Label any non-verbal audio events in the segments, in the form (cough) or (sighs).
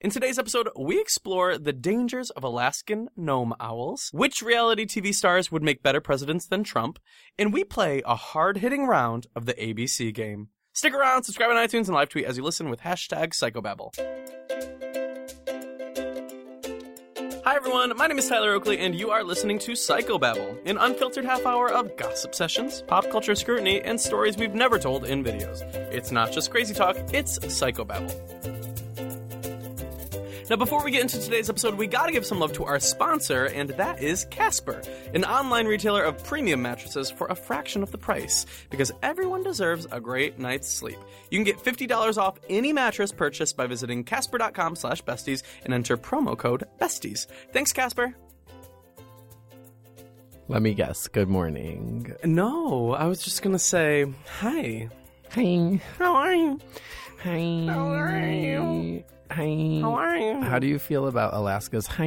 In today's episode, we explore the dangers of Alaskan gnome owls, which reality TV stars would make better presidents than Trump, and we play a hard hitting round of the ABC game. Stick around, subscribe on iTunes, and live tweet as you listen with hashtag psychobabble. Hi everyone, my name is Tyler Oakley, and you are listening to Psychobabble, an unfiltered half hour of gossip sessions, pop culture scrutiny, and stories we've never told in videos. It's not just crazy talk, it's Psychobabble. Now, before we get into today's episode, we gotta give some love to our sponsor, and that is Casper, an online retailer of premium mattresses for a fraction of the price, because everyone deserves a great night's sleep. You can get $50 off any mattress purchased by visiting casper.com slash besties and enter promo code besties. Thanks, Casper. Let me guess. Good morning. No, I was just gonna say, hi. Hi. How are you? Hi. How are you? Hi. How are you? How do you feel about Alaska's hi?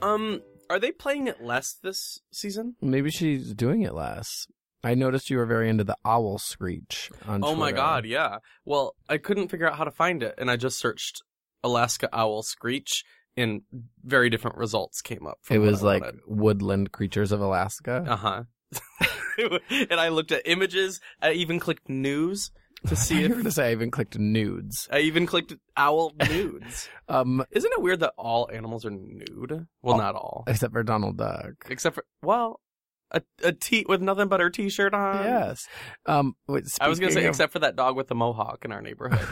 um, are they playing it less this season? Maybe she's doing it less. I noticed you were very into the owl screech on Oh my Twitter. god, yeah. Well, I couldn't figure out how to find it, and I just searched Alaska owl screech, and very different results came up. It was like woodland creatures of Alaska. (laughs) uh huh. (laughs) and I looked at images. I even clicked news (laughs) to see you were if gonna say I even clicked nudes. I even clicked (laughs) owl nudes. Um, Isn't it weird that all animals are nude? Well, not all, except for Donald Duck. except for well, a a t with nothing but her t-shirt on. yes. Um, wait, I was gonna say, speaking of- except for that dog with the mohawk in our (laughs) neighborhood.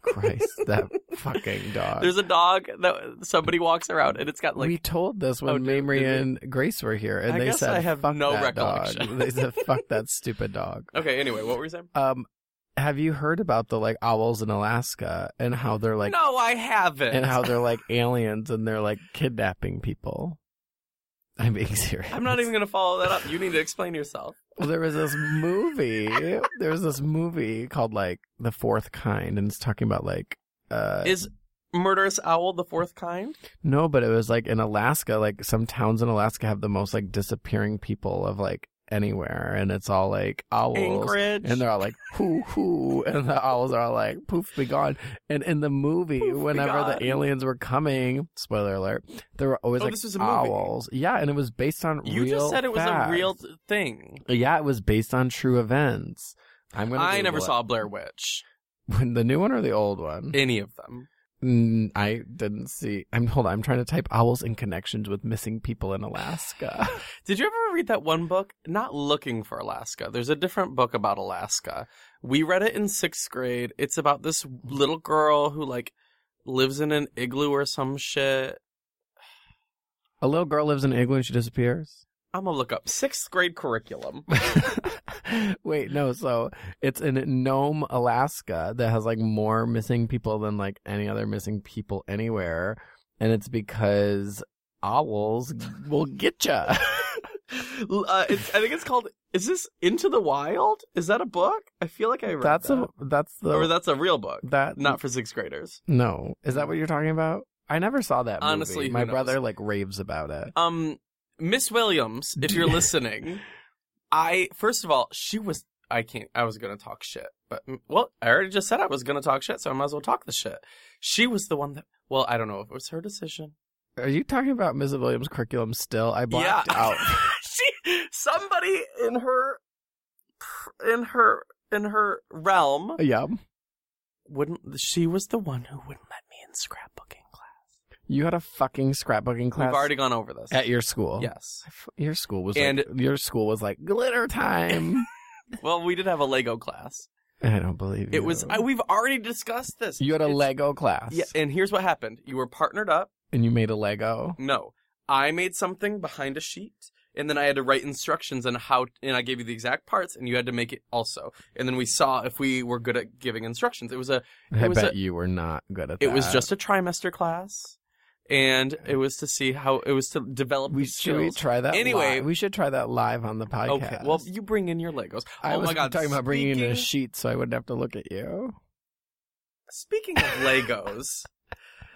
Christ, (laughs) that fucking dog. There's a dog that somebody walks around and it's got like we told this Oh, when did- Mamrie did we? and Grace were here, and I they guess said, I have "Fuck no that recollection. dog." (laughs) they said, "Fuck that stupid dog." Okay, anyway, what were you saying? Um, have you heard about the like owls in Alaska and how they're like no, I haven't. and how (laughs) they're like aliens and they're like kidnapping people? I'm being serious. I'm not even going to follow that up. You need to explain yourself. Well, there was (laughs) this movie. there was this movie called like The Fourth Kind, and it's talking about like uh Is murderous owl the fourth kind? No, but it was like in Alaska, like some towns in Alaska have the most like disappearing people of like anywhere, and it's all like owls. Anchorage. And they're all like hoo hoo, and the owls are all like poof be gone. And in the movie, Poof, be whenever gone. the aliens were coming, spoiler alert, there were always Oh, like this was a movie. owls. Yeah, and it was based on you real just said it was facts. a real th- thing. Yeah, it was based on true events. I'm gonna. I Google never it. saw Blair Witch. (laughs) the new one or the old one. Any of them. Mm, I didn't see. I'm hold on. I'm trying to type owls in connections with missing people in Alaska. (laughs) Did you ever read that one book? Not looking for Alaska. There's a different book about Alaska. We read it in sixth grade. It's about this little girl who like lives in an igloo or some shit. a little girl lives in an igloo and she disappears. (laughs) I'm gonna look up sixth grade curriculum. (laughs) Wait, no. So it's in Nome, Alaska, that has like more missing people than like any other missing people anywhere, and it's because owls will get ya. (laughs) uh, it's, I think it's called. Is this Into the Wild? Is that a book? I feel like I read that's that. a that's the or that's a real book, that not for sixth graders. no. Is that what you're talking about? I never saw that. movie. Honestly, who my knows? brother like raves about it. Um, Miss Williams, if (laughs) you're listening, I first of all, she was. I can't. I was gonna talk shit, but mm, well, I already just said I was gonna talk shit, so I might as well talk the shit. She was the one that. Well, I don't know if it was her decision. Are you talking about Ms. Williams' curriculum still? I blacked yeah. out. (laughs) she somebody in her in her in her realm yeah. wouldn't she was the one who wouldn't let me in scrapbooking class. You had a fucking scrapbooking class We've already gone over this. at your school. yes. I f- Your school was And- like, your school was like glitter (laughs) time. Well, we did have a Lego class. I don't believe you. It was I, we've already discussed this. you had a It's- Lego class. Yeah, and here's what happened. You were partnered up. And you made a Lego. No. I made something behind a sheet and then I had to write instructions on how and I gave you the exact parts and you had to make it also. And then we saw if we were good at giving instructions. It was a I was bet a- you were not good at that. it was just a trimester class and it was to see how it was to develop We these should we skills. try that Anyway- li- we should try that live on the podcast. Okay. Well, you bring in your Legos. I oh was my god. talking about bringing in a speaking- sheet so I wouldn't have to look at you. Speaking of Legos,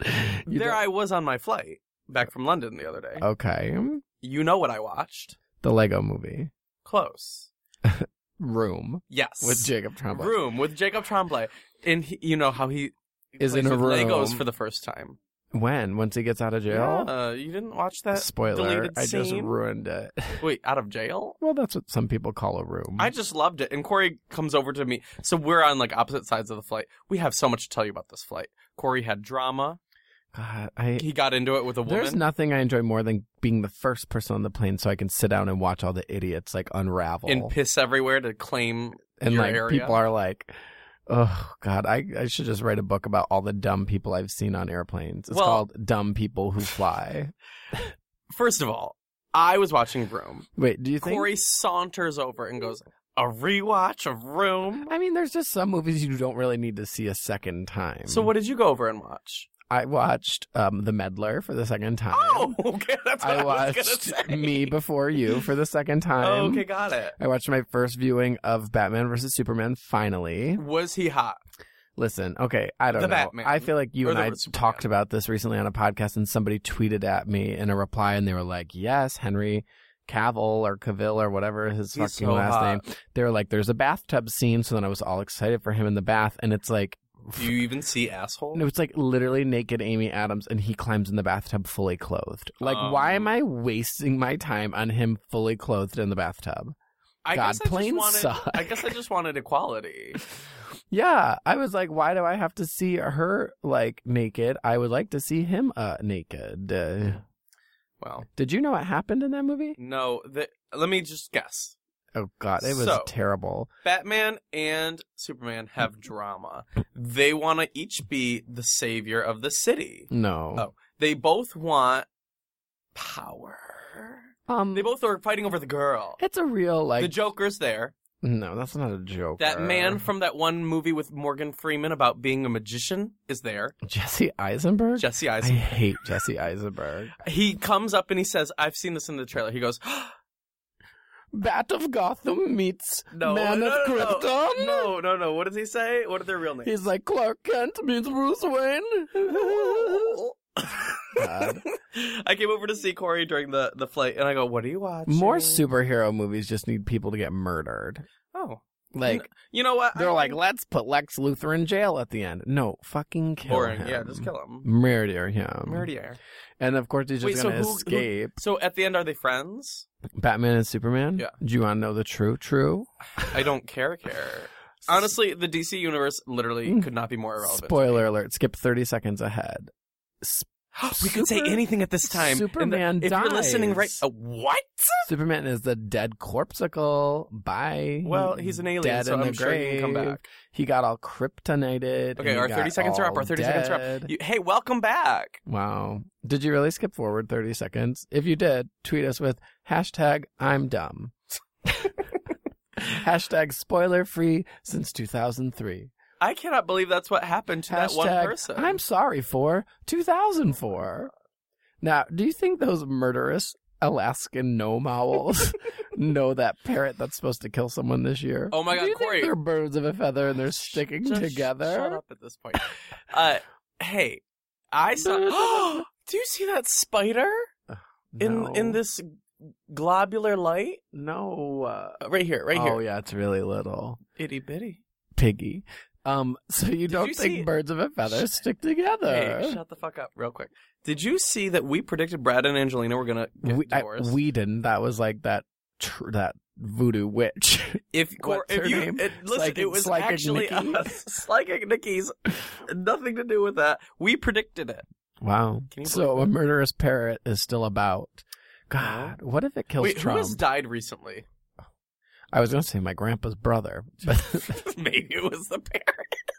(laughs) You there don't- Oh. I was on my flight back from London the other day. okay, You know what I watched? the Lego movie Close. Room Yes. with Jacob Tremblay. Room with Jacob Tremblay. And he, you know how he he Is plays in a with Legos room. for the first time. When? Once he gets out of jail? Yeah, you didn't watch that? Spoiler. deleted I just scene? ruined it. (laughs) Wait, out of jail? Well, that's what some people call a room. I just loved it. And Corey comes over to me. So we're on like opposite sides of the flight. We have so much to tell you about this flight. Corey had drama. God, I He got into it with a woman. There's nothing I enjoy more than being the first person on the plane so I can sit down and watch all the idiots like unravel. and piss everywhere to claim and your like area. people are like, oh God, I, I should just write a book about all the dumb people I've seen on airplanes. It's Well- called Dumb People (laughs) Who Fly. First of all, I was watching Room. Wait, do you think? Corey saunters over and goes, A rewatch of Room? I mean, there's just some movies you don't really need to see a second time. So what did you go over and watch? I watched um, The Meddler for the second time. Oh, (laughs) okay, that's what I, (laughs) I was watched gonna say. Oh, Me Before You for the second time. (laughs) Okay, got it. I watched my first viewing of Batman versus Superman finally. Was he hot? Listen, okay, I don't The know. Batman. I feel like you Or and the I Superman. talked about this recently on a podcast, and somebody tweeted at me in a reply, and they were like, "Yes, Henry Cavill or Cavill or whatever his He's fucking so last hot. name." They were like, "There's a bathtub scene," so then I was all excited for him in the bath, and it's like, Do you even see asshole? no, it's like literally naked Amy Adams, and he climbs in the bathtub fully clothed. Like, Um. why am I wasting my time on him fully clothed in the bathtub? I God, guess I just planes wanted, suck. I guess I just wanted equality. (laughs) Yeah, I was like, why do I have to see her like naked? I would like to see him uh naked. Uh, Well, did you know what happened in that movie? no. The, let me just guess. Oh God, it was So- terrible. Batman and Superman have drama. They want to each be the savior of the city. No, They both want power. um, Oh. They both are fighting over the girl. it's a real like. the Joker's there. no, that's not a joke. That man from that one movie with Morgan Freeman about being a magician is there. Jesse Eisenberg. Jesse I Eisenberg. hate Jesse Eisenberg. He comes up and he says, "I've seen this in the trailer." He goes, Bat of Gotham meets "No, Man no, of no, no, Krypton. No, no, no. What does he say? What are their real names? He's like Clark Kent meets Bruce Wayne. God. (laughs) I came over to see Corey during the, the flight, and I go, "What are you watching?" (laughs) More superhero movies just need people to get murdered. Oh, Like you know what? They're I- like, let's put Lex Luthor in jail at the end. No, fucking kill boring. him. Mm-hmm. Yeah, just kill him. Murder him. Murder. And of course, he's just Wait, so gonna who- who- escape. So at the end, are they friends? Batman and Superman. Yeah. Do you want to know the true, true? I don't care. Care. Honestly, the DC universe literally could not be more irrelevant. Mm. Spoiler alert. Skip thirty seconds ahead. (gasps) we could say Super- anything at this time. And the- Superman if you're listening right, dies. uh, what? Superman is the dead corpsicle. Bye. Well, he's an alien, dead so in I'm the sure he can come grave. back. He got all Okay, kryptonited. and he our got 30 seconds are up. all Our 30 seconds are dead. up. You, hey, welcome back. Wow. Did you really skip forward 30 seconds? If you did, tweet us with hashtag I'm dumb. (laughs) hashtag spoiler free since 2003. I cannot believe that's what happened to that one Hashtag person. Oh I'm sorry for 2004. Now, do you think those murderous Alaskan gnome (laughs) owls know that parrot that's supposed to kill someone this year? Oh my God, do you Corey. Think they're birds of a feather and they're sticking Just together. Shut up at this point. Uh, hey, I (gasps) saw. (gasps) Do you see that spider in No. in this globular light? No. uh, Uh, Right here, right Oh here. yeah, it's really little. Itty bitty. piggy. Um, so you don't you think see- birds of a feather stick together? Hey, shut the fuck up, real quick. Did you see that we predicted Brad and Angelina were gonna get we, I, divorced? Whedon, that was like that tr- that voodoo witch. (laughs) if Cor- what's if her you name? It, listen, Psychic- it was Psychic actually Nikki? us. (laughs) Psychic Nikki's nothing to do with that. We predicted it. wow. Can you So a murderous parrot is still about. God, what if it kills Wait, Trump? who has died recently? I was going to say my grandpa's brother, but (laughs) Maybe it was the parrot. (laughs)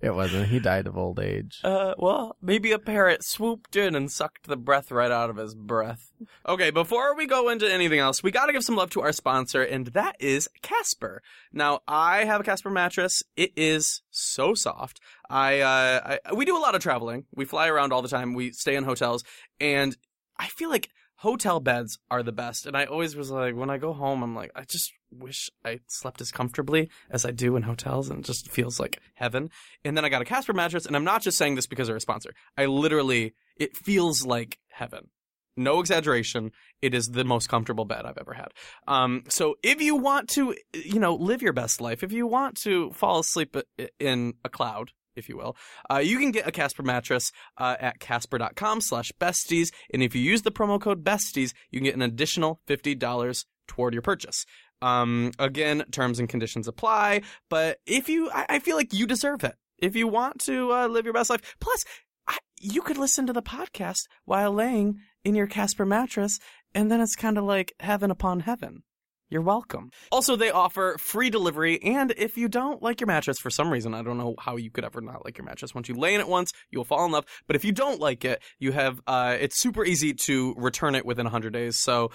it wasn't. He died of old age. Uh, well, maybe a parrot swooped in and sucked the breath right out of his breath. Okay, before we go into anything else, we gotta give some love to our sponsor, and that is Casper. Now, I have a Casper mattress. It is so soft. I, uh, I, we do a lot of traveling. We fly around all the time. We stay in hotels, and I feel like hotel beds are the best. And I always was like, when I go home, I'm like, I just wish I slept as comfortably as I do in hotels, and it just feels like heaven and then I got a Casper mattress, and I'm not just saying this because they're a sponsor. I literally, it feels like heaven. No exaggeration. It is the most comfortable bed I've ever had. Um, so if you want to, you know, live your best life, if you want to fall asleep i- in a cloud, if you will. Uh, you can get a Casper mattress uh, at casper.com slash besties. And if you use the promo code besties, you can get an additional $50 toward your purchase. Um, again, terms and conditions apply. But if you, I, I feel like you deserve it. If you want to uh, live your best life. Plus, I, you could listen to the podcast while laying in your Casper mattress. And then it's kind of like heaven upon heaven. You're welcome. Also, they offer free delivery, and if you don't like your mattress for some reason, I don't know how you could ever not like your mattress. Once you lay in it once, you'll fall in love. But if you don't like it, you have uh, it's super easy to return it within 100 days. So,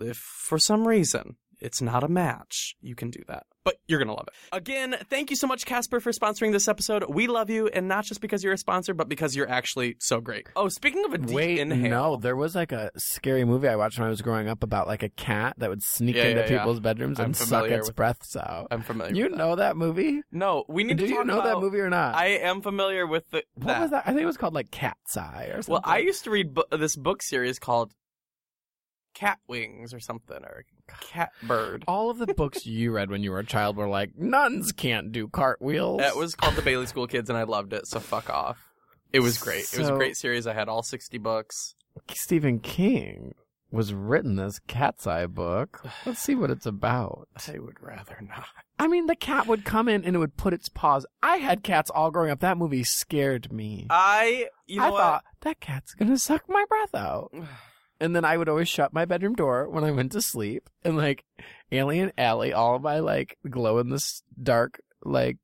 if for some reason it's not a match, you can do that. But you're gonna love it. Again, thank you so much, Casper, for sponsoring this episode. We love you, and not just because you're a sponsor, but because you're actually so great. Oh, speaking of a deep Wait, inhale, no, there was like a scary movie I watched when I was growing up about like a cat that would sneak Yeah, into yeah, yeah. people's bedrooms I'm and suck familiar its with- breaths out. I'm familiar. you with that. know that movie? No, we need Do to talk you know that about- movie or not? I am familiar with the, what was that? I think it was called like Cat's Eye or something. Well, I used to read bu- this book series called Cat Wings or something, or Cat Bird. all of the books you read when you were a child were like nuns can't do cartwheels. That was called the Bailey School Kids, and I loved it. So fuck off. It was great. It was a So- great series. I had all sixty books. Stephen King was written this Cat's Eye book. Let's see what (sighs) it's about. I would rather not. I mean, the cat would come in and it would put its paws. I had cats all growing up. That movie scared me. I Uh, you know I what? thought that cat's gonna suck my breath out. And then I would always shut my bedroom door when I went to sleep, and like Alien Alley, all of my like glow in the s- dark like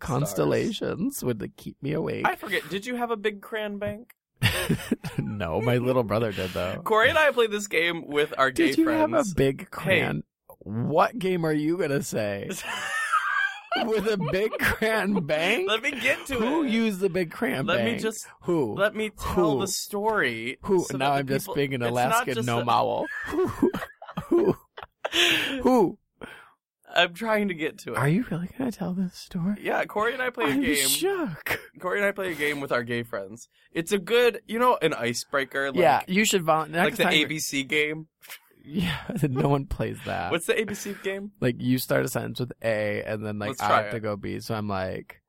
constellations would like keep me awake. I forget. Did you have a big crayon bank? (laughs) no, my little brother did though. Corey and I played this game with our gay Oh. Did you friends. have a big crayon? What game are you (laughs) gonna say with a big crayon bang? Let me get to Who it. used the big crayon Let me bang? just- who Let me tell Who? the story. Who? so now that I'm the just people- being an It's not Alaskan just gnome a- (laughs) owl. Who? Who? Who? I'm trying to get to it. Are you really going to tell this story? Yeah, Corey and I play a I'm game. shook. Corey and I play a game with our gay friends. It's a good, you know, an icebreaker. Like, yeah, you should volunteer. like the ABC game. (laughs) Yeah, (laughs) no one plays that. What's the ABC game? like you start a sentence with A, and then like Let's I try have to it. go B. So I'm like,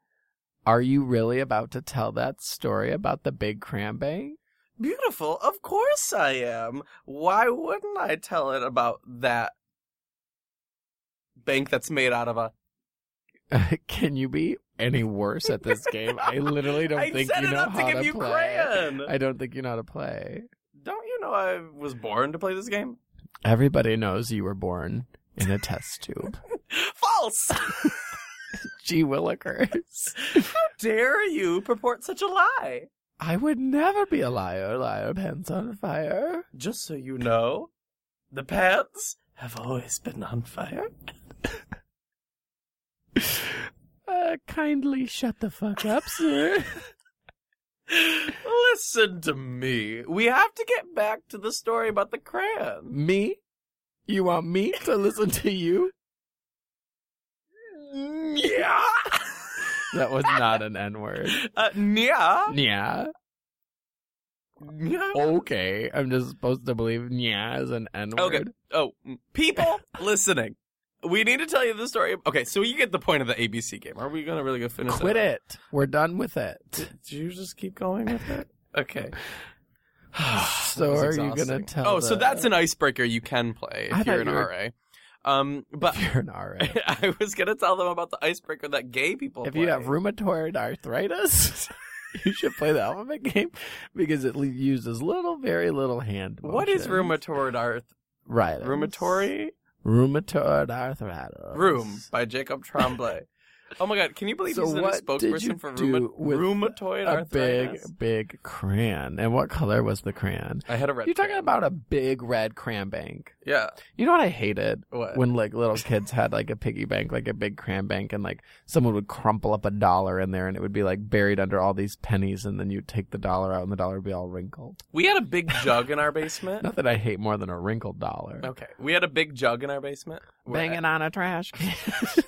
are you really about to tell that story about the big cram bang? (laughs) Beautiful. Of course I am. Why wouldn't I tell it about that bank that's made out of a? Can you be any worse at this game? (laughs) I literally don't I think set you it know up to how give to you play. crayon. I don't think you know how to play. Don't you know I was born to play this game? Everybody knows you were born in a (laughs) test tube. False. Gee willikers. Dare you purport such a lie? I would never be a liar, liar, pants on fire. Just so you know, the pants have always been on fire. Uh, kindly shut the fuck up, (laughs) sir. (gasps) Listen to me. We have to get back to the story about the crayon. me? You want me to listen to you? Yeah. That was not an N word. (laughs) Uh, yeah. Yeah. Yeah. Okay. I'm just supposed to believe yeah is an N word. Okay. Oh, mm. (laughs) people listening. We need to tell you the story. Okay, so you get the point of the ABC game. Are we going to really go finish Quit it. We're done with it. (laughs) Did you just keep going with it? (sighs) Okay. So are you gonna tell? Oh, so the- that's an icebreaker you can play I if thought you're an you were- RA. Um, (laughs) but (laughs) You're an RA. I was gonna tell them about the icebreaker that gay people. If play. you have rheumatoid arthritis, (laughs) you should play the alphabet game because it le- uses little, very little hand. what is motions. rheumatoid arth Right. rheumatory Rheumatoid arthritis. room by Jacob Tremblay? oh my god, can you believe So he's the new what did you spokesperson for do rheuma- with rheumatoid A big, arthritis? big crayon. And what color was the crayon? I had a red. You're talking crayon. about a big red crayon bank. yeah. You know what I hated? What? When like little kids had like a piggy bank, like a big crayon bank, and like someone would crumple up a dollar in there, and it would be like buried under all these pennies, and then you'd take the dollar out, and the dollar would be all wrinkled. we had a (laughs) big jug in our basement. Not that I hate more than a wrinkled dollar. Okay, we had a big jug in our basement. where- Banging on a trash can. (laughs) (laughs)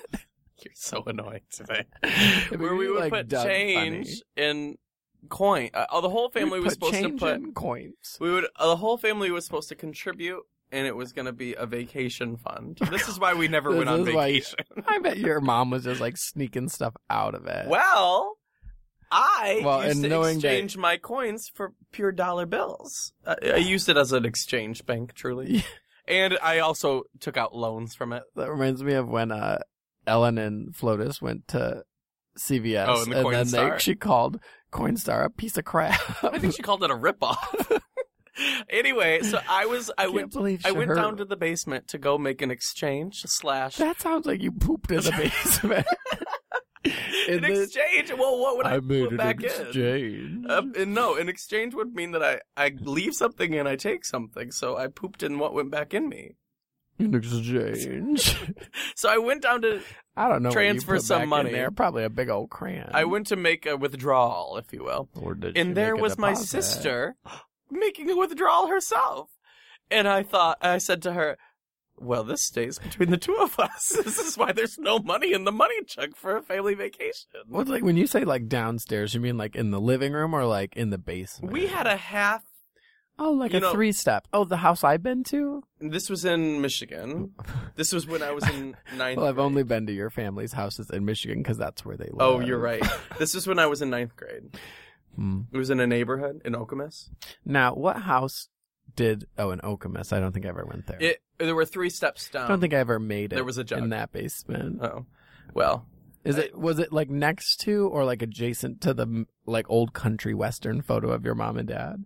You're so annoying today. It'd Where be we would like put Doug change Funny. in coin. Uh, oh, the whole family We'd was put supposed to change put. in coins. We would. Uh, the whole family was supposed to contribute, and it was going to be a vacation fund. This is why we never (laughs) This went on is why- vacation. I bet your mom was just like sneaking stuff out of it. well, I Well, used and to knowing that- exchange my coins for pure dollar bills. I, I used it as an exchange bank, truly. Yeah. and I also took out loans from it. That reminds me of when uh, Ellen and Flotus went to CVS, Oh, and the then Coinstar. she called Coinstar a piece of crap. I (laughs) think she called it a ripoff. (laughs) anyway, so I was I Can't went believe I went Shahar- down to the basement to go make an exchange (laughs) slash That sounds like you (laughs) pooped in the basement. an in the- exchange. Well, what would I, put back in? exchange. Uh, and no, an exchange would mean that I, I leave something and I take something. So I pooped in what went back in me. (laughs) An exchange. So I went down to I don't know. what you Transfer put some back in money. there. Probably a big old crayon. I went to make a withdrawal, if you will. Or Um, did you And there make a was my deposit? sister making a withdrawal herself. And I thought, I said to her, well, this stays between the two of us. (laughs) This is why there's no money in the money chunk for a family vacation. What, like when you say like downstairs, you mean like in the living room or like in the basement? We had a half, oh, like you a know- three step. Oh, the house I've been to. this was in Michigan. This was when I was (laughs) in ninth Well, I've grade. only been to your family's houses in Michigan because that's where they live. Oh, you're right. This was when I was in ninth grade. Hmm. It was in a neighborhood in Okemos. Now, what house did? Oh, in Okemos. I don't think I ever went there. It, there were three steps down. I don't think I ever made it. Um, There was a jug. in that basement. Oh, well, Is it was it like next to or like adjacent to the m- like old country western photo of your mom and dad?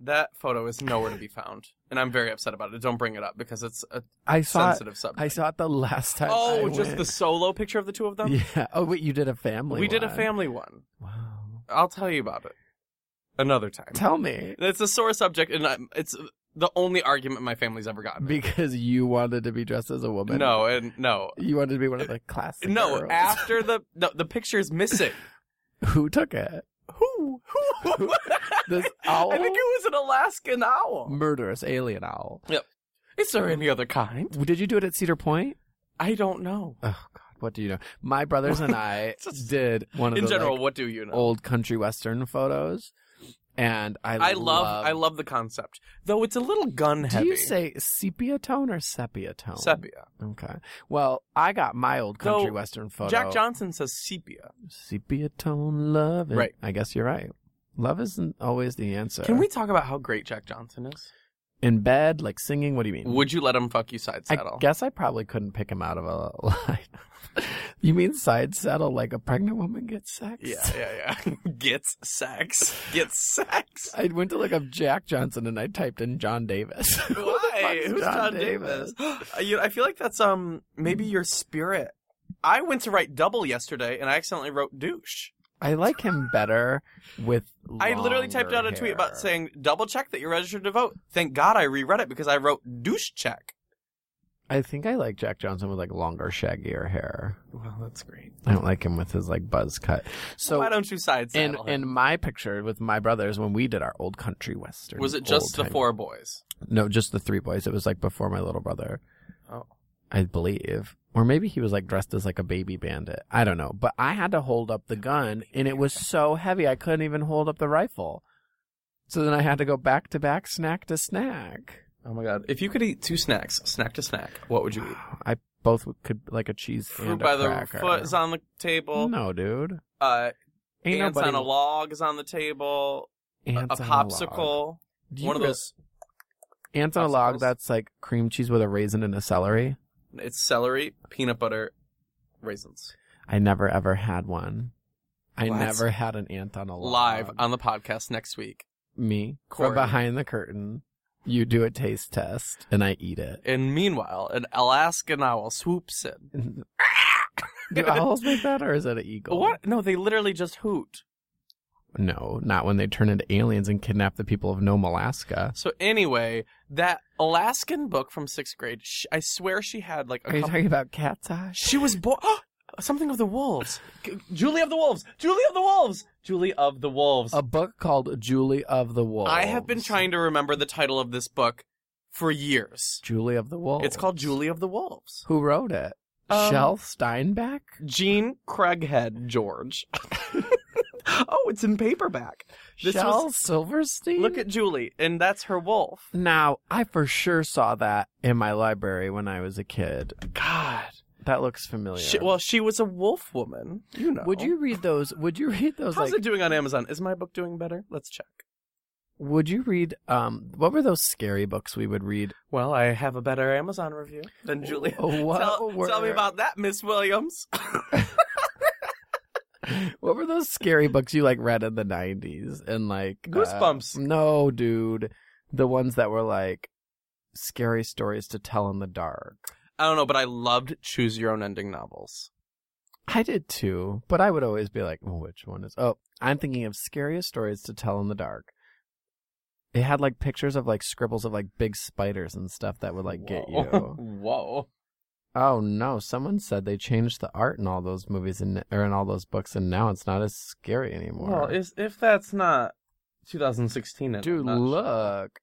That photo is nowhere to be found, and I'm very upset about it. Don't bring it up because it's a I saw it, sensitive subject. I saw it the last time. oh, I just the went. solo picture of the two of them. (laughs) yeah. Oh wait, you did a family. we did a one. family one. Wow. I'll tell you about it another time. Tell me It's a sore subject, and i it's the only argument my family's ever gotten. because you wanted to be dressed as a woman. no, and no, you wanted to be one of the classic. no. girls. After the no, the picture's missing. (laughs) who took it? (laughs) Who? Who? This owl, (laughs) I think it was an Alaskan owl. murderous alien owl. Is there any other kind? Did you do it at Cedar Point? I don't know. Oh God, what do you know? My (laughs) brothers and I Just- did one of In the general, like, what do you know? old country western photos, and I I love I love the concept, though it's a little gun Do heavy. you say sepia tone or sepia tone? sepia? Okay. Well, I got my old country Though, western photo. Jack Johnson says sepia. Sepia tone love. and- Right. I guess you're right. Love isn't always the answer. Can we talk about how great Jack Johnson is? in bed like singing? What do you mean? Would you let him fuck you side I saddle? guess I probably couldn't pick him out of a line. (laughs) you mean side saddle like a pregnant woman gets sex? yeah, yeah, yeah. (laughs) Gets sex. Gets sex. (laughs) I went to look up Jack Johnson and I typed in John Davis. (laughs) Who the Why? fuck's Who's John, Davis? (gasps) Uh, you, I feel like that's um maybe your spirit. I went to write double yesterday and I accidentally wrote douche. I like him better with. I literally typed out a longer tweet about hair. saying double check that you're registered to vote. Thank God I reread it because I wrote douche check. I think I like Jack Johnson with like longer, shaggier hair. Well, that's great. I don't like him with his like buzz cut. So Why don't you side in saddle? him? in my picture with my brothers when we did our old country western, Was it just the old-time- four boys? No, just the three boys. It was like before my little brother. Oh. I believe. Or maybe he was like dressed as like a baby bandit. I don't know. But I had to hold up the gun and it was so heavy I couldn't even hold up the rifle. So then I had to go back to back, snack to snack. Oh my god! If you could eat two snacks, snack to snack, what would you eat? I both could like a cheese (sighs) Fruit and a by the cracker. foot is on the table. No, dude. Uh, Ain't ants nobody- on a log is on the table. A- Ants a on log. popsicle. Do you One of re- those. ants on a log. popsicles. That's like cream cheese with a raisin and a celery. It's celery, peanut butter, raisins. I never ever had one. I What? never had an ant on a log. Live on the podcast next week, me Corey. from behind the curtain. You do a taste test, and I (laughs) eat it. and meanwhile, an Alaskan owl swoops in. do owls make that, or is that an eagle? What? No, they literally just hoot. No, not when they turn into aliens and kidnap the people of Nome, Alaska. So anyway, that Alaskan book from sixth grade. Sh I swear she had like a Are you couple. talking about cat's eye? She was born. (gasps) Something of the (gasps) Wolves. G- Julie of the Wolves. Julie of the Wolves. Julie of the Wolves. A book called Julie of the Wolves. I have been trying to remember the title of this book for years. Julie of the Wolves. It's called Julie of the Wolves. Who wrote it? Um, Shel Steinbeck. Jean Craighead George. (laughs) oh, it's in paperback. This Shel was. Silverstein. Look at Julie, and that's her wolf. now. I for sure saw that in my library when I was a kid. God. That looks familiar. She, well, she was a wolf woman. You know. would you read those? Would you read those? How's like, it doing on Amazon? Is my book doing better? Let's check. would you read? Um, what were those scary books we would read? Oh, Well, I have a better Amazon review than Julia. (laughs) What tell, were, tell me about that, Miss Williams. What were those scary books you like read in the nineties and like uh, Goosebumps. no, dude, the ones that were like scary stories to tell in the dark. I don't know, but I loved choose your own ending novels. I did too, but I would always be like, well, which one is? Oh, I'm thinking of scariest stories to tell in the dark. It had like pictures of like scribbles of like big spiders and stuff that would like get Whoa. you. (laughs) Whoa. Oh no! Someone said they changed the art in all those movies and or in all those books, and now it's not as scary anymore. Well, is, if that's not 2016, then I'm Dude, not sure. look,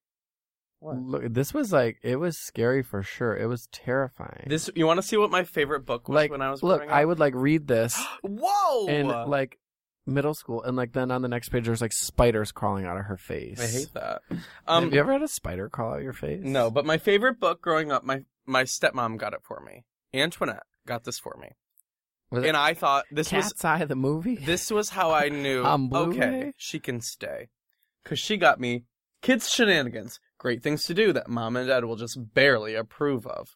What? look! This was like it was scary for sure. It was terrifying. This you want to see what my favorite book was like when I was look, growing I up? would like read this (gasps) Whoa! in like middle school, and like then on the next page there's like spiders crawling out of her face. I hate that. Um, Have you ever had a spider crawl out your face? No, but my favorite book growing up, my my stepmom got it for me. Antoinette got this for me, Was it and I thought this Cat's Eye the movie. (laughs) was this was how I knew. On Blu-ray? okay, she can stay, because she got me kids shenanigans, great things to do that mom and dad will just barely approve of.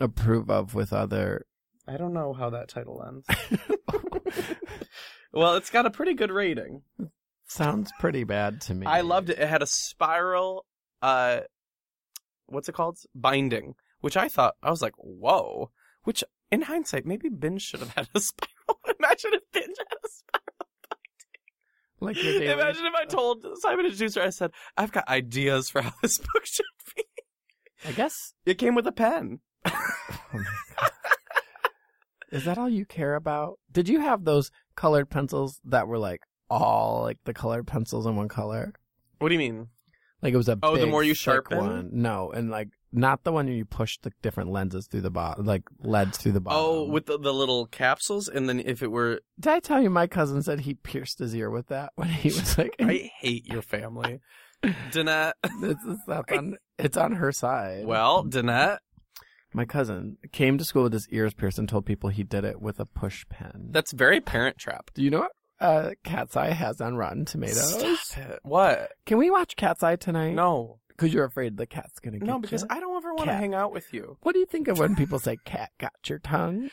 approve of with other. I don't know how that title (laughs) ends. (laughs) well, it's got a pretty good rating. Sounds pretty bad to me. I loved it. It had a spiral, uh, what's it called? Binding, which I thought I was like, whoa. Which, in hindsight, maybe Binge should have had a (laughs) spiral. Imagine if Binge had a spiral. Like your daily- Imagine if I told Simon and Schuster, I said, I've got ideas for how this (laughs) book should be. I guess It came with a pen. is that all you care about? Did you have those colored pencils that were like all like the colored pencils in one color? What do you mean? Like it was a Oh, the big, more you thick sharpen? one. No, and like not the one you push the different lenses through the bottom, like leads through the bottom. Oh, with the, the little capsules, and then if it were, did I tell you my cousin said he pierced his ear with that when he was like (laughs) I hate your family, Danette. It's, it's, up on, it's on her side. Well, Danette, my cousin came to school with his ears pierced and told people he did it with a push pen. that's very Parent Trap. Do you know what uh, Cat's Eye has on Rotten Tomatoes? Stop it. What? Can we watch Cat's Eye tonight? No. because you're afraid the cat's gonna get No, because you. I don't ever want to Cat. hang out with you. What do you think of when people say "cat got your tongue"?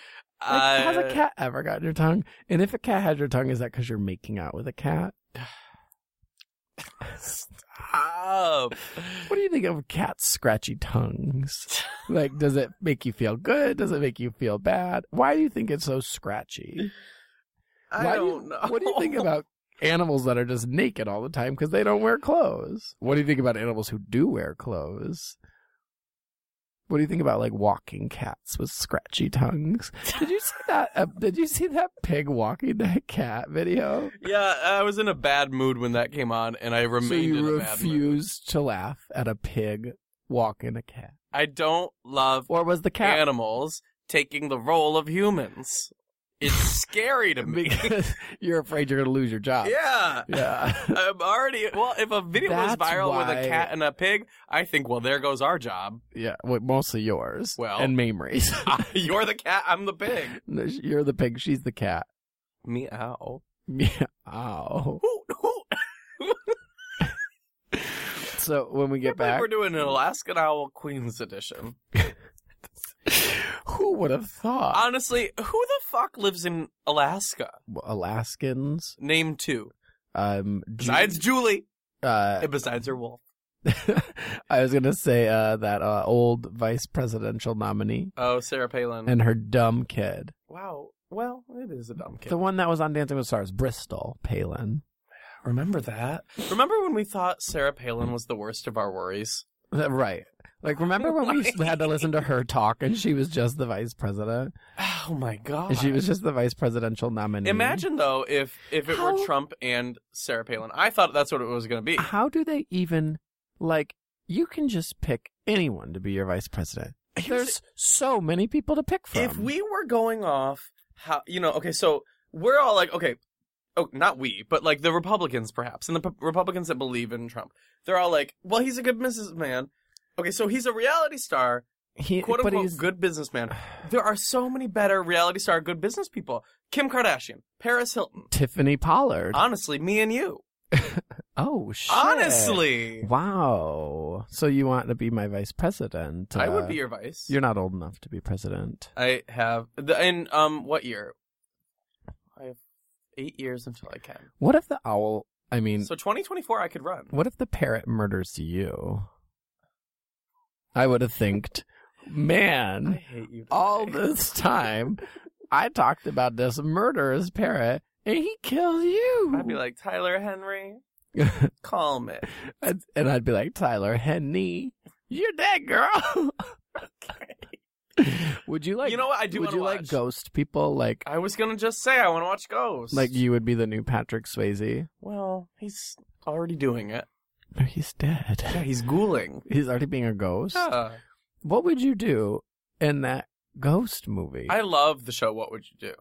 Like, has a Uh, cat ever gotten your tongue? And if a cat had your tongue, is that because you're making out with a (sighs) cat? (laughs) Stop. What do you think of cats' scratchy tongues? like, does it make you feel good? Does it make you feel bad? Why do you think it's so scratchy? I Why do you- don't know. What do you think about animals that are just naked all the time because they don't wear clothes? What do you think about animals who do wear clothes? What do you think about like walking cats with scratchy tongues? Did you see that? Uh, did you see that pig walking that cat video? (laughs) Yeah, I was in a bad mood when that came on, and I remained so you in a bad mood. refused to laugh at a pig walking a cat, I don't love or was the cat animals taking the role of humans. It's scary (laughs) (laughs) to me. because you're afraid you're going to lose your job? (laughs) yeah. Yeah. I'm already well. If a video was That's viral with why- a cat and a pig, I think, well, there goes our (laughs) job. (laughs) Yeah, well, mostly yours. Well- and memories. You're the cat. I'm the pig. (laughs) You're the pig. She's the cat. (laughs) Meow. Meow. Hoot, hoot. So when we I get think We're back, doing an Alaskan Owl Queens edition. (laughs) who would have thought Honestly, who the fuck lives in Alaska? Well, Alaskans? Name two. Um, Ju- Besides Julie, uh, (laughs) and besides her wolf. I was gonna say uh, that uh, old vice presidential nominee Oh, Sarah Palin. and her dumb kid, wow. Well, it is a dumb kid. the one that was on Dancing with Stars, Bristol Palin. (laughs) Remember that? Remember when we thought Sarah Palin was the worst of our worries? (sighs) Right. Like, remember when (laughs) we had to listen to her talk and she was just the vice president? Oh my god. And she was just the vice presidential nominee. Imagine though if if it were How- Trump and Sarah Palin. I thought that's what it was going to be. how do they even like you can just pick anyone to be your vice president Here's- there's so many people to pick from If we were going off how you know, okay, so we're all like, okay, oh, not we, but like the Republicans perhaps, and the P- Republicans that believe in Trump, they're all like, well, he's a good businessman. Okay, so he's a reality star. He, quote but unquote he's- good (sighs) businessman. There are so many better reality star good business people. Kim Kardashian, Paris Hilton. Tiffany Pollard. Honestly, me and you. oh shit! Honestly, Wow. So you want to be my vice president? I uh, would be your vice. You're not old enough to be president. I have the, in um what year? I have eight years until I can. What if the owl? I mean, So 2024, I could run. what if the parrot murders you? I would have thinked, I man, hate you. all today. this (laughs) time I talked about this murderous parrot and he killed you. I'd be like Tyler Henry. (laughs) Calm it. and, and I'd be like, Tyler Henny, you're dead, girl. (laughs) Would you like? you know what? I do. would wanna you watch. like ghost people? Like, I was gonna just say I want to watch Ghost. like you would be the new Patrick Swayze. Well, he's already doing it. No, he's dead. (laughs) Yeah, he's ghouling. He's already being a ghost. Yeah. What would you do in that ghost movie? I love the show. What would you do?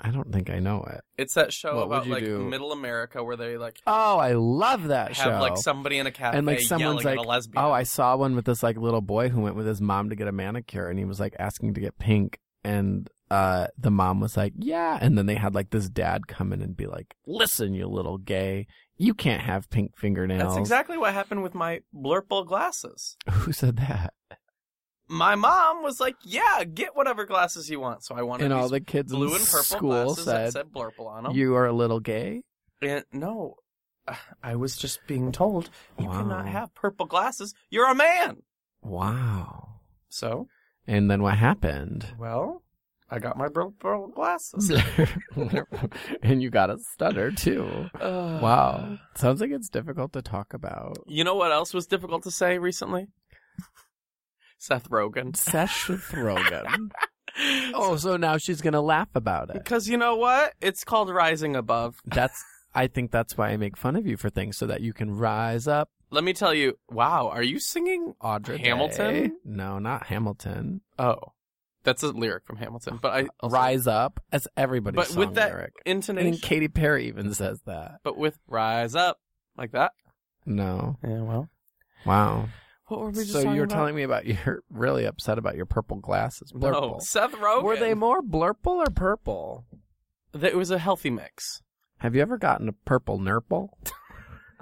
I don't think I know it. It's that show What would about you like do? Middle America where they like Oh, I love that have show. like somebody in a cafe And, like, someone's yelling at like, a lesbian. oh, I saw one with this like little boy who went with his mom to get a manicure, and he was like asking to get pink, and uh, the mom was like, yeah, and then they had like this dad come in and be like, listen, you little gay, you can't have pink fingernails. That's exactly what happened with my blurple glasses. (laughs) Who said that? My mom was like, "Yeah, get whatever glasses you want." So I wanted and all these the kids in blue and purple school glasses that said, said blurple on them. you are a little gay. And no, I was just being told you Wow. cannot have purple glasses. You're a man. Wow. So, And then what happened? (laughs) well, I got my purple glasses. (laughs) (laughs) and you got a stutter too. Uh, Wow. Sounds like it's difficult to talk about. You know what else was difficult to say recently? (laughs) Seth Rogen. Sesh with Rogan. (laughs) Oh, so now she's going to laugh about it. Because you know what? It's called rising above. That's I think that's why I make fun of you for things so that you can rise up. Let me tell you. Wow, are you singing? Audrey Hamilton? No, not Hamilton. Oh, that's a lyric from Hamilton. But I (laughs) also- rise up as everybody's But with song that lyric. I intonation. think Katy Perry even says that. but with rise up like that. No. Yeah. Well, Wow. what were we just So talking you're about? telling me about (laughs) you're really upset about your purple glasses. Blurple. No, Seth Rogen. Were they more blurple or purple? That it was a healthy mix. Have you ever gotten a purple nurple? (laughs)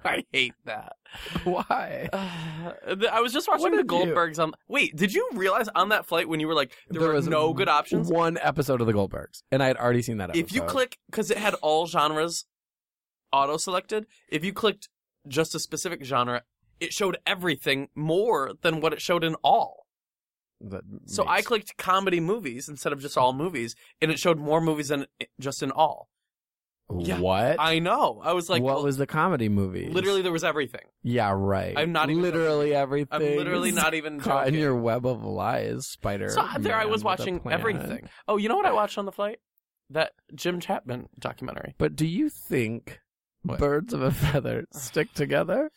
I hate (sighs) that. Why? Uh, th- I was just watching What the did you- Goldbergs on. Wait, did you realize on that flight when you were like, there, were was no good options? One episode of The Goldbergs, and I had already seen that episode. If you click, because it had all genres auto selected, if you clicked just a specific genre, it showed everything more than what it showed in all. That So I makes- clicked comedy movies instead of just all movies, and it showed more movies than it- just in all. Yeah. what? I know. I was like, what well, was the comedy movie? literally, there was everything. Yeah, right. I'm not even literally everything. I'm literally not even caught in joking. your web of lies, spider. So uh, there I Man was with a watching plan. everything. Oh, you know what I watched on the flight? That Jim Chapman documentary. But do you think What? birds of (sighs) a feather stick together?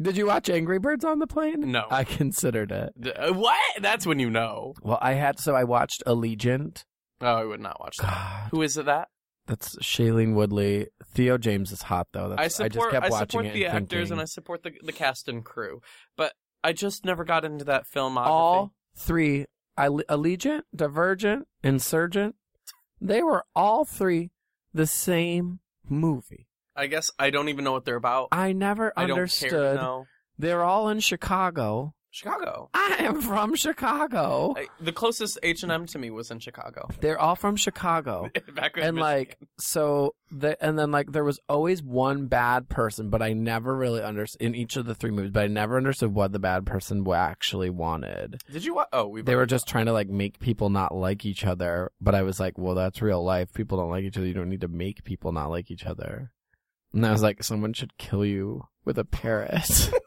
Did you watch Angry Birds on the plane? No. I considered it. D- uh, what? That's when you know. Well, I had so I watched Allegiant. Oh, I would not watch that. God, Who is it that? that's Shailene Woodley. Theo James is hot though. That's, I I, just support I, kept watching support it the and actors thinking, and I support the the cast and crew. But I just never got into that filmography. all three I, Allegiant, Divergent, Insurgent. They were all three the same movie. I guess I don't even know what they're about. I never I don't understood. care to know. They're all in Chicago. Chicago. I am from Chicago. I, the closest H and M to me was in Chicago. (laughs) They're all from Chicago. Back when Michigan- and like so the and then like there was always one bad person but i never really understood in each of the three movies but i never understood what the bad person wa- actually wanted did you watch? Oh, we they were just trying to like make people not like each other but i was like well that's real life people don't like each other you don't need to make people not like each other and i was like someone should kill you with a parrot (laughs)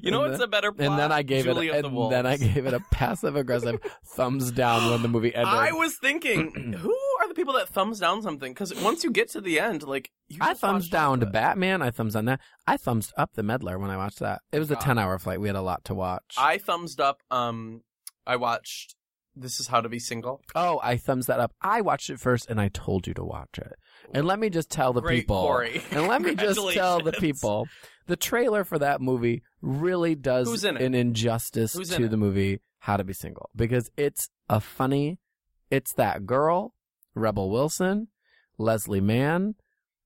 You know and what's a better plot? and then i gave Julie of it the and then i Wolves. gave it a passive (laughs) aggressive thumbs down when the movie ended I was (clears throat) thinking, who are the people that thumbs down something? Because once you get to the end, like you I just thumbs watched down to it. Batman. I thumbs on that. I thumbs up the Meddler when I watched that. It was a God. ten hour flight. We had a lot to watch. I thumbs up. Um, I watched. This is how to be single. oh, I thumbs that up. I watched it first, and I told you to watch it. And let me just tell the Great people. Corey. (laughs) And let me just tell the Congratulations. people the trailer for that movie really does Who's in it? an injustice Who's in to it? the movie How to Be Single because it's a funny, it's that girl, Rebel Wilson, Leslie Mann,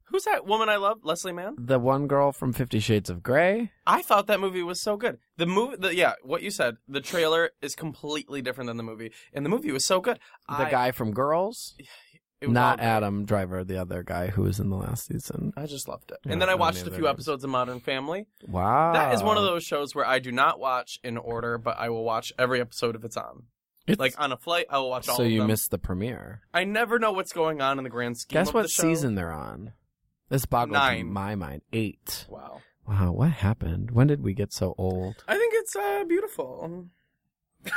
Who's that woman I love? Leslie Mann. the one girl from Fifty Shades of Grey. I thought that movie was so good. The movie, the, yeah, what you said. The trailer is completely different than the movie, and the movie was so good. the I- guy from Girls, it was not all- Adam Driver, the other guy who was in the last season. I just loved it. Yeah, and then I I don't watched a either. few episodes of Modern Family. Wow, That is one Oh. of those shows where I do not watch in order, but I will watch every episode if it's on. It's- Like on a flight, I will watch all so of you them. missed the premiere. I never know what's going on in the grand scheme Guess of what the show. season they're on? This boggles Nine. my mind. Eight. Wow. Wow, what happened? When did we get so old? I think it's uh, beautiful. (laughs)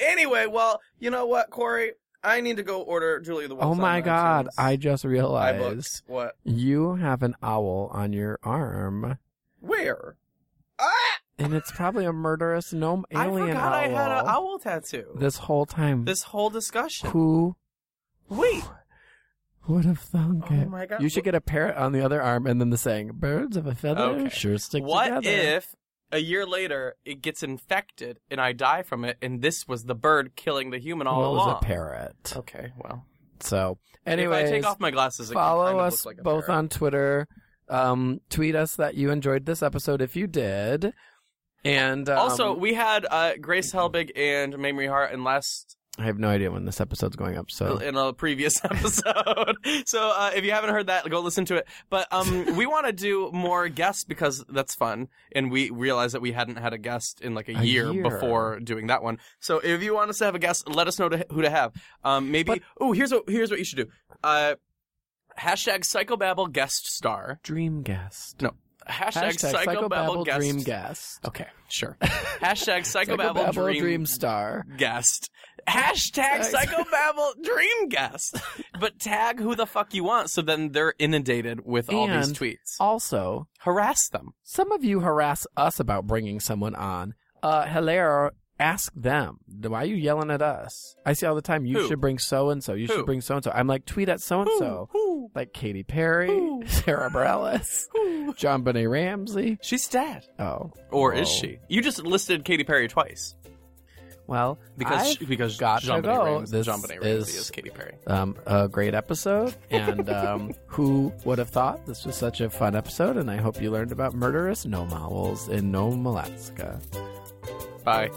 anyway, well, you know what, Corey? I need to go order Julia the Wolf. oh my god, I just iBooks. realized What? you have an owl on your arm, Where? Ah! and it's probably a murderous gnome alien I forgot owl. I had an owl tattoo. This whole time, This whole discussion. who Wait. would have thunk Oh it? my god. You should get a parrot on the other arm, and then the saying "birds of a feather Okay. sure stick What together." if a year later it gets infected and I die from it, and this was the bird killing the human all well, it along? was a parrot? Okay, well. So, if I anyways, take off my glasses, it follow kind of us looks like a both parrot. on Twitter. Um, tweet us that you enjoyed this episode if you did, and um, also, we had uh, Grace Helbig and Mamrie Hart in last I have no idea when this episode's going up. (laughs) So in a previous episode. so uh, if you haven't heard that, go listen to it. But (laughs) um, we want to do more guests because that's fun, and we realized that we hadn't had a guest in like a, A year. before doing that one. So if you want us to have a guest, let us know to, who to have. Um, maybe. But- Oh, here's what here's what you should do. Uh, hashtag psychobabble guest star. dream guest, No. Hashtag, psychobabble, guest. dream guest, Okay, sure. (laughs) hashtag psychobabble, Psychobabble dream, dream star. guest. Hashtag Thanks. psychobabble dream guest. But tag who the fuck you want so then they're inundated with all these And- tweets. Also, Harass them. Some of you harass us about bringing someone on. Uh, Hilaire, ask them. Why are you yelling at us? I see all the time. You Who? should bring so and so. You Who? should bring so and so. I'm like, tweet at so and so. Who? Like Katy Perry, Who? (laughs) Sarah (laughs) Bareilles, Who? John Benet Ramsey. She's dead. Oh, Or is Whoa. she? You just listed Katy Perry twice. Well, Because I've she, because got Jean to go. Ramsey, This Jean Benet Ramsey is- is Katy Perry. um, a (laughs) great episode, and um, who would have thought this was such a fun episode? And I hope you learned about murderous gnome owls in Nome, Alaska. Bye.